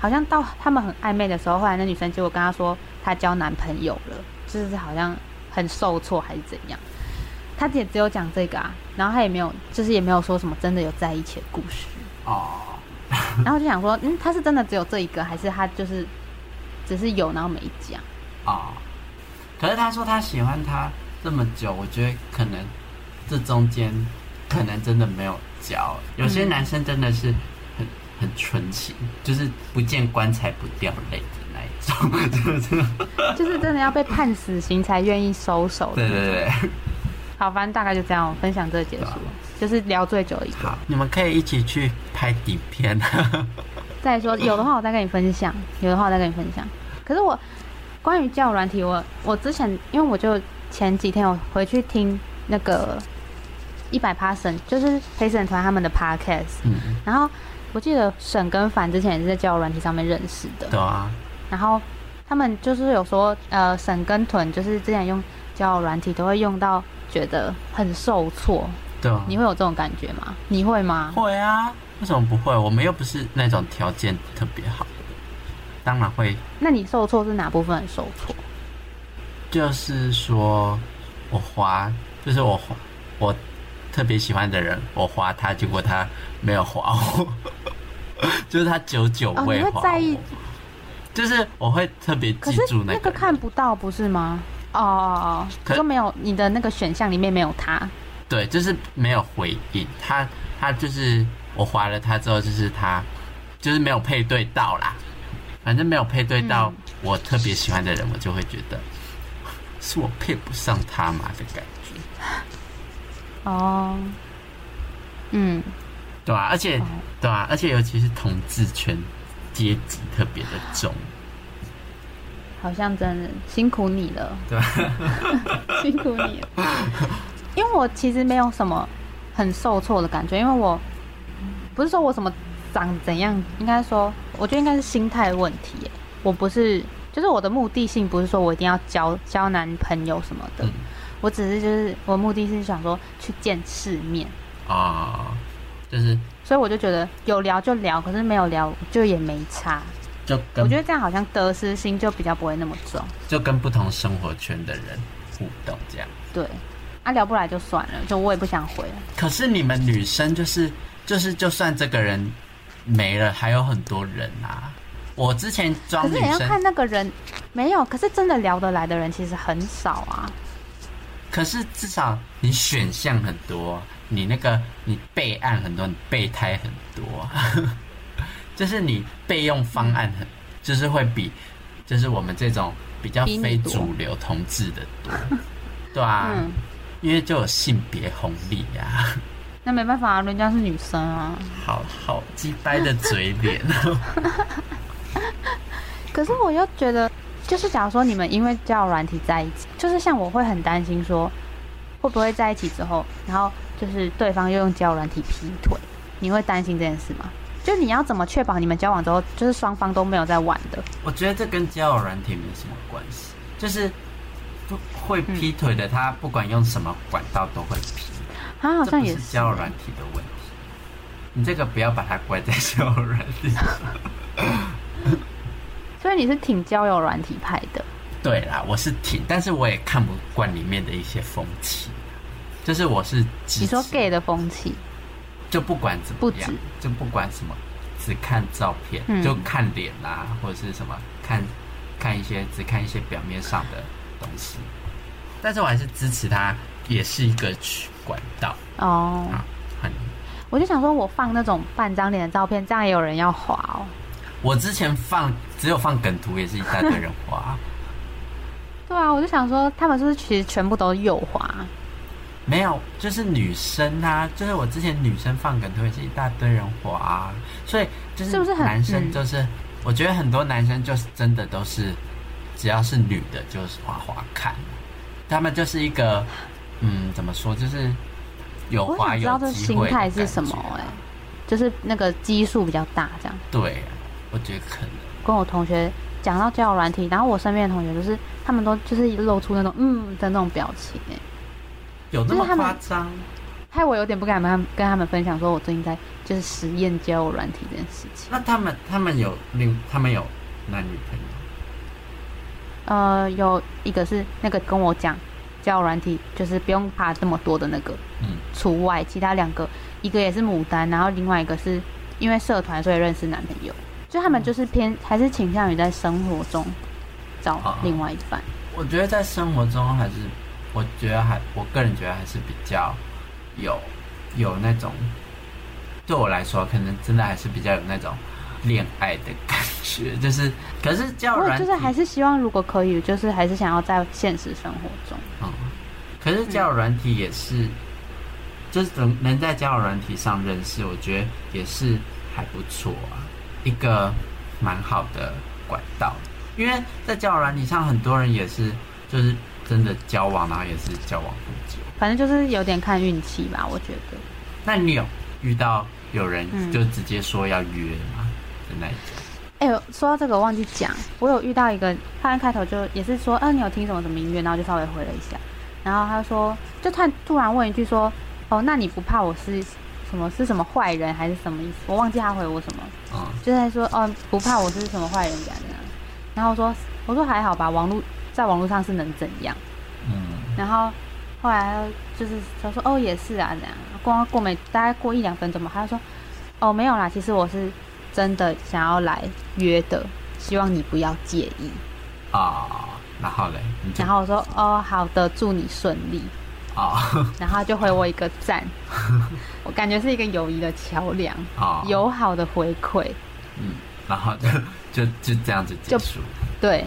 B: 好像到他们很暧昧的时候，后来那女生结果跟他说她交男朋友了，就是好像很受挫还是怎样。他也只有讲这个啊，然后他也没有，就是也没有说什么真的有在一起的故事。
A: 哦，
B: 然后我就想说，嗯，他是真的只有这一个，还是他就是只是有然后没讲？
A: 啊、可是他说他喜欢他这么久，我觉得可能这中间可能真的没有交。有些
B: 嗯
A: 男生真的是很很纯情，就是不见棺材不掉泪的那一种。 就是
B: 就是真的要被判死刑才愿意收手的
A: 对对对，
B: 好，反正大概就这样，我分享这个结束
A: 对啊，
B: 就是聊最久一个。
A: 好，你们可以一起去拍底片。啊
B: 再说有的话我再跟你分享，有的话我再跟你分享。可是我关于教软体我，我之前因为我就前几天我回去听那个一百 p a s s o n 就是陪审团他们的 podcast，
A: 嗯，
B: 然后我记得沈跟凡之前也是在教软体上面认识的，
A: 对啊，
B: 然后他们就是有说，呃，沈跟屯就是之前用交友软体都会用到觉得很受挫，
A: 对啊。
B: 你会有这种感觉吗？你会吗？
A: 会啊？为什么不会？我们又不是那种条件特别好的，当然会。
B: 那你受挫是哪部分很受挫？
A: 就是说我滑，就是我滑，我特别喜欢的人，我滑他，结果他没有滑我， 就是他久久
B: 哦
A: 未
B: 你会
A: 滑我。
B: 在意
A: 就是我会特别
B: 可
A: 记
B: 是
A: 住
B: 那
A: 个
B: 个
A: 人
B: 看不到不是吗？哦哦
A: 可
B: 哦，就没有你的那个选项里面没有他。
A: 对，就是没有回应。他他就是我划了他之后，就是他就是没有配对到啦。反正没有配对到我特别喜欢的人，我就会觉得是我配不上他嘛的感觉，
B: 哦，嗯，
A: 对啊，而且
B: 哦
A: 对啊，而且尤其是同志圈阶级特别的重，
B: 好像真的辛苦你了，
A: 对吧？
B: 辛苦你了。因为我其实没有什么很受挫的感觉，因为我不是说我什么长怎样，应该说我觉得应该是心态问题耶。我不是，就是我的目的性不是说我一定要交交男朋友什么的，
A: 嗯
B: 我只是就是我目的是想说去见世面，
A: 哦，就是
B: 所以我就觉得有聊就聊，可是没有聊就也没差。
A: 就
B: 我
A: 跟
B: 觉得这样好像得失心就比较不会那么重。
A: 就跟不同生活圈的人互动这样。
B: 对，啊，聊不来就算了，就我也不想回了。
A: 可是你们女生就是就是，就算这个人没了，还有很多人啊。我之前
B: 可
A: 装
B: 是
A: 女
B: 也要
A: 生，
B: 看那个人，没有，可是真的聊得来的人其实很少啊。
A: 可是至少你选项很多，你那个你备案很多，你备胎很多， 就是你备用方案很，就是会比就是我们这种比较
B: 比你
A: 非
B: 多
A: 主流同志的多，对啊，
B: 嗯，
A: 因为就有性别红利啊。
B: 那没办法、啊，人家是女生啊。
A: 好好鸡掰的嘴脸，
B: 可是我又觉得，就是假如说你们因为交友软体在一起，就是像我会很担心说，会不会在一起之后，然后就是对方又用交友软体劈腿，你会担心这件事吗？就你要怎么确保你们交往之后，就是双方都没有在玩的？
A: 我觉得这跟交友软体没什么关系，就是不会劈腿的，他不管用什么管道都会劈，
B: 啊，好
A: 这
B: 像
A: 不
B: 也
A: 是
B: 是
A: 交友软体的问题。你这个不要把它怪在交友软 体。
B: 所以你是挺交友软体派的，
A: 对啦，我是挺，但是我也看不惯里面的一些风气，就是我是支持
B: 你说 gay 的风气，
A: 就不管怎么样
B: 不止，
A: 就不管什么，只看照片，
B: 嗯
A: 就看脸啦、或者是什么看看一些只看一些表面上的东西。但是我还是支持它，也是一个渠管道
B: 哦，
A: 啊，很。
B: 我就想说，我放那种半张脸的照片，这样也有人要滑哦。
A: 我之前放只有放梗图，也是一大堆人花，
B: 对啊，我就想说，他们是不是其实全部都右滑？
A: 没有，就是女生啊，就是我之前女生放梗图也是一大堆人滑、所以就是
B: 是不是很
A: 男生
B: 嗯
A: 就是，我觉得很多男生就是真的都是，只要是女的就是滑滑看，他们就是一个，嗯，怎么说，就是有
B: 我
A: 滑
B: 想知道
A: 有
B: 这
A: 机
B: 心
A: 会的
B: 态是什么
A: 感觉
B: 哎、就是那个基数比较大这样。
A: 对，我觉得可能
B: 跟我同学讲到交友软体，然后我身边的同学就是他们都就是露出那种嗯的那种表情哎、
A: 有那
B: 就
A: 么
B: 是他们
A: 夸张，
B: 害我有点不敢跟他们跟他们分享，说我最近在就是实验交友软体这件事情。
A: 那他们他们有另他们有男女朋友，
B: 呃，有一个是那个跟我讲交友软体，就是不用怕这么多的那个，
A: 嗯，
B: 除外，其他两个一个也是牡丹，然后另外一个是因为社团所以认识男朋友，就他们就是偏还是倾向于在生活中找
A: 啊
B: 另外一半。
A: 我觉得在生活中还是，我觉得还，我个人觉得还是比较有有那种，对我来说，可能真的还是比较有那种恋爱的感觉，就是可是交友
B: 我
A: 软
B: 也
A: 体
B: 就是还是希望如果可以，就是还是想要在现实生活中。
A: 嗯，可是交友软体也是，就是能能在交友软体上认识，我觉得也是还不错啊，一个蛮好的管道。因为在交友软体上，很多人也是就是真的交往，然后也是交往不久。
B: 反正就是有点看运气吧，我觉得。
A: 那你有遇到有人
B: 嗯
A: 就直接说要约吗？的那一种？
B: 哎、呦，说到这个我忘记讲，我有遇到一个，他刚开头就也是说，嗯、你有听什么什么音乐，然后就稍微回了一下，然后他说，就突然突然问一句说，哦，那你不怕我是什么是什么坏人还是什么意思？我忘记他回我什么，
A: 嗯，
B: 就在说，哦，不怕我是什么坏人这样这样，然后我说，我说还好吧，网络在网络上是能怎样？
A: 嗯，
B: 然后后来他就是他说哦也是啊这样，过过没大概过一两分钟吧，他就说哦没有啦，其实我是真的想要来约的，希望你不要介意。
A: 啊、然后嘞，你就
B: 然后我说哦好的，祝你顺利，
A: 哦
B: 然后他就回我一个赞，我感觉是一个友谊的桥梁，
A: 哦，
B: 友好的回馈，
A: 嗯，然后就 就就这样子结
B: 就
A: 束
B: 对，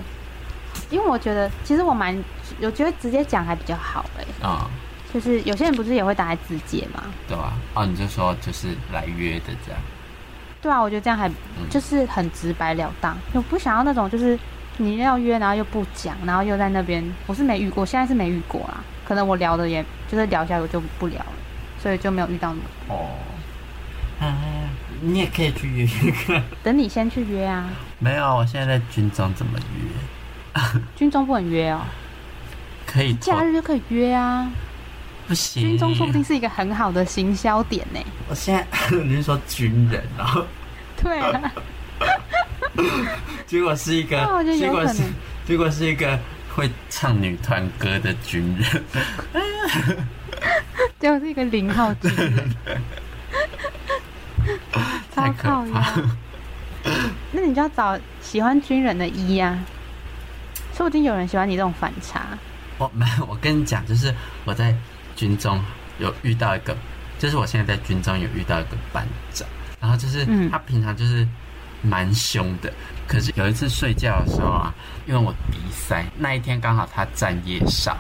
B: 因为我觉得其实我蛮，我觉得直接讲还比较好哎、
A: 啊、
B: 就是有些人不是也会打在字节嘛，
A: 对吧、啊？哦，你就说就是来约的这样，
B: 对啊，我觉得这样还
A: 嗯
B: 就是很直白了当，我不想要那种就是你要约，然后又不讲，然后又在那边，我是没遇过，现在是没遇过啦。可能我聊的也就是聊一下，我就不聊了，所以就没有遇到你。
A: 哦，嗯，你也可以去约约 看。
B: 等你先去约啊，
A: 没有，我现在在军中怎么约？
B: 军中不能约哦，
A: 可以
B: 假
A: 拖
B: 日就可以约啊。
A: 哦不行，
B: 军中说不定是一个很好的行销点呢、
A: 我现在 你是说军人，然后
B: 对啊，
A: 结果是一个
B: 那我觉，得
A: 结
B: 有可
A: 果
B: 能
A: 是结果是一个会唱女团歌的军 人，
B: 就是一个零号 机，
A: 太可
B: 超靠
A: 怕
B: 呀。那你就要找喜欢军人的一呀、说不定有人喜欢你这种反差。
A: 我没有，我跟你讲，就是我在军中有遇到一个，就是我现在在军中有遇到一个班长，然后就是
B: 嗯
A: 他平常就是蛮凶的，可是有一次睡觉的时候啊，因为我鼻塞，那一天刚好他站夜哨，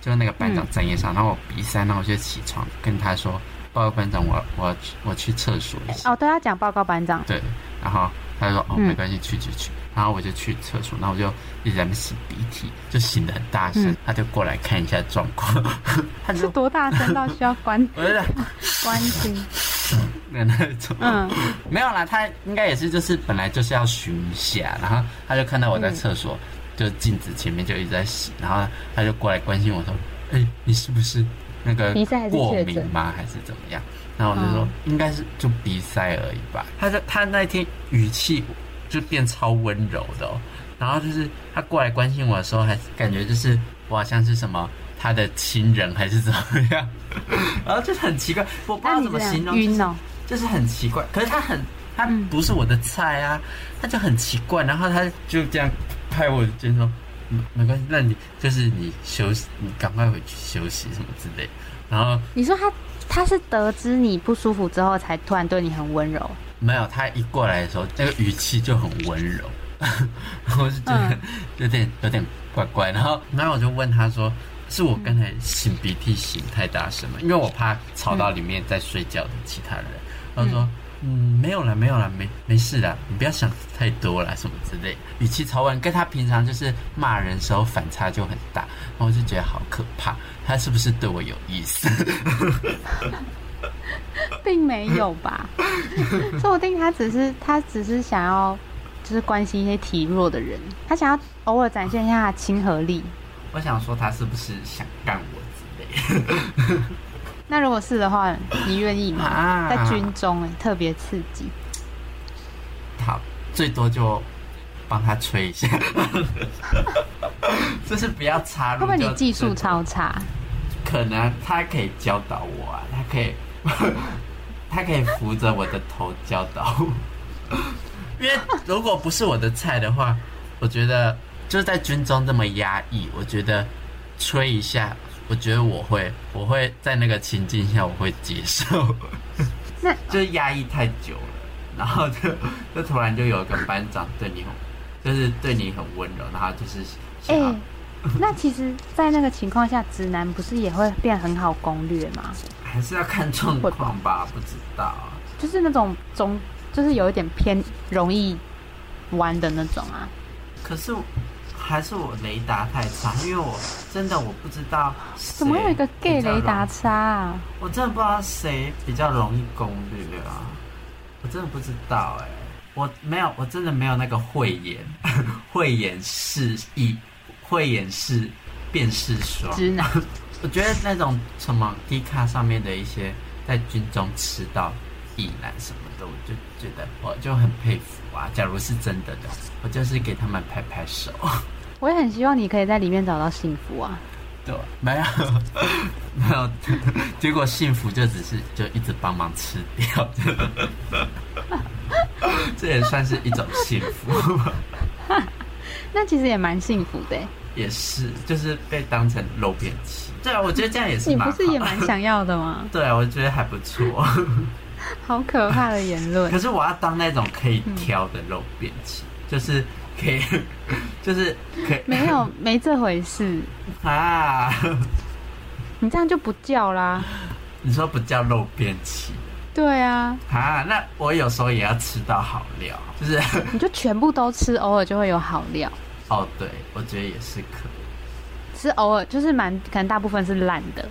A: 就是那个班长站夜哨，然后我鼻塞，然后我就起床跟他说，报告班长，我我要去我去厕所一下。
B: 哦，对，要讲报告班长，
A: 对，然后他就说哦
B: 嗯
A: 没关系，去去去，然后我就去厕所，然后我就一直在那边擤鼻涕，就擤的很大声，
B: 嗯
A: 他就过来看一下状况， 他
B: 是
A: 就
B: 多大声到需要 关
A: 我就在
B: 关心？
A: 那那种，
B: 嗯，
A: 没有啦，他应该也是就是本来就是要巡一下，然后他就看到我在厕所，就镜子前面就一直在洗，然后他就过来关心我说，哎、你是不是那 个
B: 鼻塞还是
A: 过
B: 确诊
A: 敏吗？还是怎么样？然后我就说、
B: 嗯
A: 应该是就鼻塞而已吧。
B: 哦
A: 他就他那天语气就变超温柔的、哦，然后就是他过来关心我的时候，还感觉就是我好像是什么他的亲人还是怎么样， 然后就是很奇怪，我不知
B: 那
A: 道
B: 你
A: 怎么
B: 这
A: 形
B: 样
A: 容，就是
B: 晕哦，
A: 就是很奇怪。可是他很，他
B: 嗯
A: 不是我的菜啊，他就很奇怪，然后他就这样拍我的肩说：“嗯没关系，那你就是你休息，你赶快回去休息什么之类。”然后
B: 你说他他是得知你不舒服之后，才突然对你很温柔，
A: 没有，他一过来的时候，那个语气就很温柔， 然后我就觉得
B: 嗯
A: 有点有点怪怪。然后然后我就问他说：“是我刚才擤鼻涕擤太大声吗？因为我怕吵到里面在睡觉的其他人。”他说：“嗯，没有啦，没有啦，没没事啦，你不要想太多啦，什么之类。”语气超温，跟他平常就是骂人时候反差就很大，然后我就觉得好可怕，他是不是对我有意思？
B: 并没有 吧？说不定他只是他只是想要就是关心一些体弱的人，他想要偶尔展现一下亲和力。
A: 我想说他是不是想干我之类的？
B: 那如果是的话，你愿意吗？
A: 啊
B: 在军中哎、特别刺激。
A: 好，最多就帮他吹一下， 就是不要插
B: 会
A: 入。
B: 不会你
A: 就
B: 技术？超差？
A: 可能他可以教导我啊，他可以， 他可以扶着我的头教导我。因为如果不是我的菜的话，我觉得就是在军中这么压抑，我觉得吹一下，我觉得我会，我会在那个情境下我会接受。
B: 那
A: 就是压抑太久了，然后就就突然就有一个班长对你很，就是对你很温柔，然后就是
B: 哎、
A: 想要、
B: 那其实，在那个情况下，直男不是也会变很好攻略 吗？
A: 还是要看状
B: 会吧
A: 况吧，不知道啊。
B: 就是那种中，就是有一点偏容易弯的那种啊。
A: 可是我还是我雷达太差，因为我真的我不知道
B: 怎
A: 怎
B: 么会有一个 gay 雷达，差啊？
A: 我真的不知道谁比较容易攻略啊，我真的不知道哎、我没有，我真的没有那个慧眼， 慧眼识意，慧眼识辨识双。
B: 直男
A: 我觉得那种什么低卡上面的一些在军中吃到意男什么的，我就觉得我就很佩服啊。假如是真的的，我就是给他们拍拍手。
B: 我也很希望你可以在里面找到幸福啊。
A: 对，没有 没有，结果幸福就只是就一直帮忙吃掉，这也算是一种幸福吧。
B: 那其实也蛮幸福的欸。
A: 也是，就是被当成肉便器。对啊，我觉得这样也是
B: 你
A: 蛮
B: 不
A: 好。？
B: 是也蛮想要的吗
A: 对啊，我觉得还不错。
B: 好可怕的言论
A: 可！是我要当那种可以挑的肉便器，就是可以，就是可以
B: 没有，没这回事。
A: 啊。
B: 你这样就不叫啦。
A: 你说不叫肉便器
B: 对啊，
A: 啊？那我有时候也要吃到好料，就是
B: 你就全部都吃，偶尔就会有好料。
A: 哦，对，我觉得也是可以，
B: 是偶尔，就是蛮可能大部分是烂的。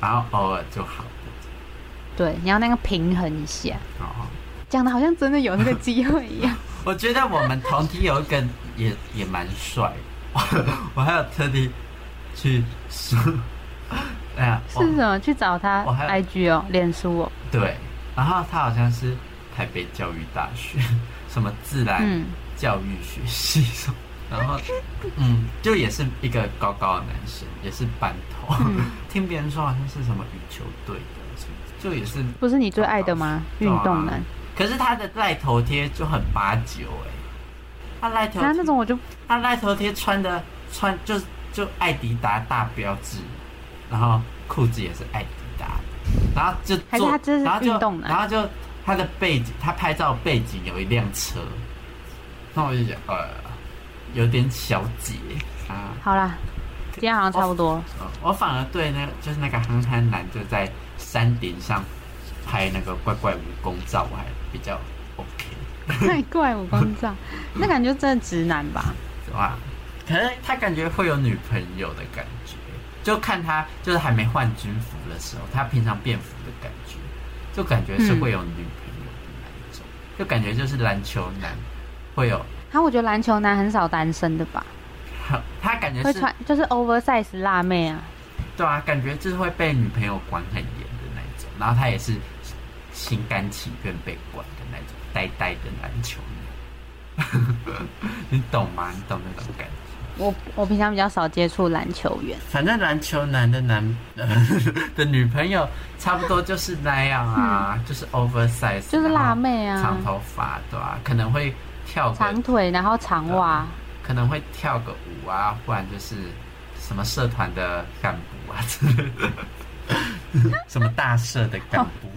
A: 然后偶尔就好了。
B: 对，你要那个平衡一下，
A: 哦，
B: 讲的好像真的有那个机会一样。
A: 我觉得我们同梯有一个也也蛮帅 的，我还有特地去说，哎呀，我
B: 是什么？去找他
A: 我还
B: IG 哦，脸书哦。
A: 对，然后他好像是台北教育大学什么自然
B: 嗯，
A: 教育学系什么，然后嗯，就也是一个高高的男生，也是班头，
B: 嗯
A: 听别人说好像是什么羽球队的什么，就也是，
B: 不是你最爱的吗？运
A: 对啊
B: 动男，
A: 可是他的赖头贴就很八九哎、他赖头
B: 他那种我就
A: 他赖头贴穿的穿就是就艾迪达大标志，然后裤子也是艾迪达的，然后就
B: 还是
A: 坐
B: 他这是
A: 然后就
B: 运动的
A: 然后就他的背景，他拍照背景有一辆车，那我就觉得呃有点小姐啊，
B: 好啦。今天好像差不多了，
A: 呃我反而对那就是那个憨憨男就在山顶上拍那个怪怪蜈蚣照，我还比较 OK。
B: 太怪我光 照，那感觉真的直男吧？
A: 哇，啊可是他感觉会有女朋友的感觉，就看他就是还没换军服的时候，他平常便服的感觉，就感觉是会有女朋友的那一种，就感觉就是篮球男会有，
B: 然后我觉得篮球男很少单身的吧，
A: 他感觉
B: 会
A: 是
B: 穿就是 oversize 辣妹啊，
A: 对啊，感觉就是会被女朋友管很严的那一种，然后他也是心甘情愿被管的那种呆呆的篮球男， 你懂吗？你懂那种感觉？
B: 我我平常比较少接触篮球员，
A: 反正篮球男的男 的女朋友差不多就是那样啊，就是 oversize，
B: 嗯就是辣
A: 然
B: 妹
A: 后
B: 啊，
A: 长头发对吧、可能会跳个，
B: 长腿然后长袜，
A: 可能会跳个舞啊，不然就是什么社团的干部啊 之类的，什么大社的干 部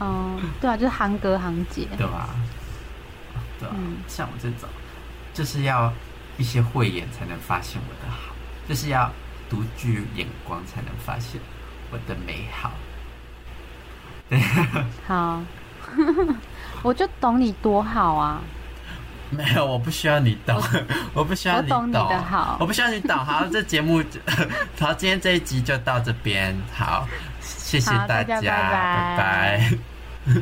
B: 嗯、对啊，就是韩哥韩姐，
A: 对吧、对吧、啊
B: 嗯
A: 像我这种，就是要一些慧眼才能发现我的好，就是要独具眼光才能发现我的美好。
B: 好， 我就懂你多好啊，
A: 没有，我不需要你懂，我不需要你
B: 哦我懂你的好
A: 我不需要你懂。 好，这节目 就，好，今天这一集就到这边，好，谢谢
B: 好
A: 大家，
B: 大家拜
A: 拜
B: 拜
A: 拜。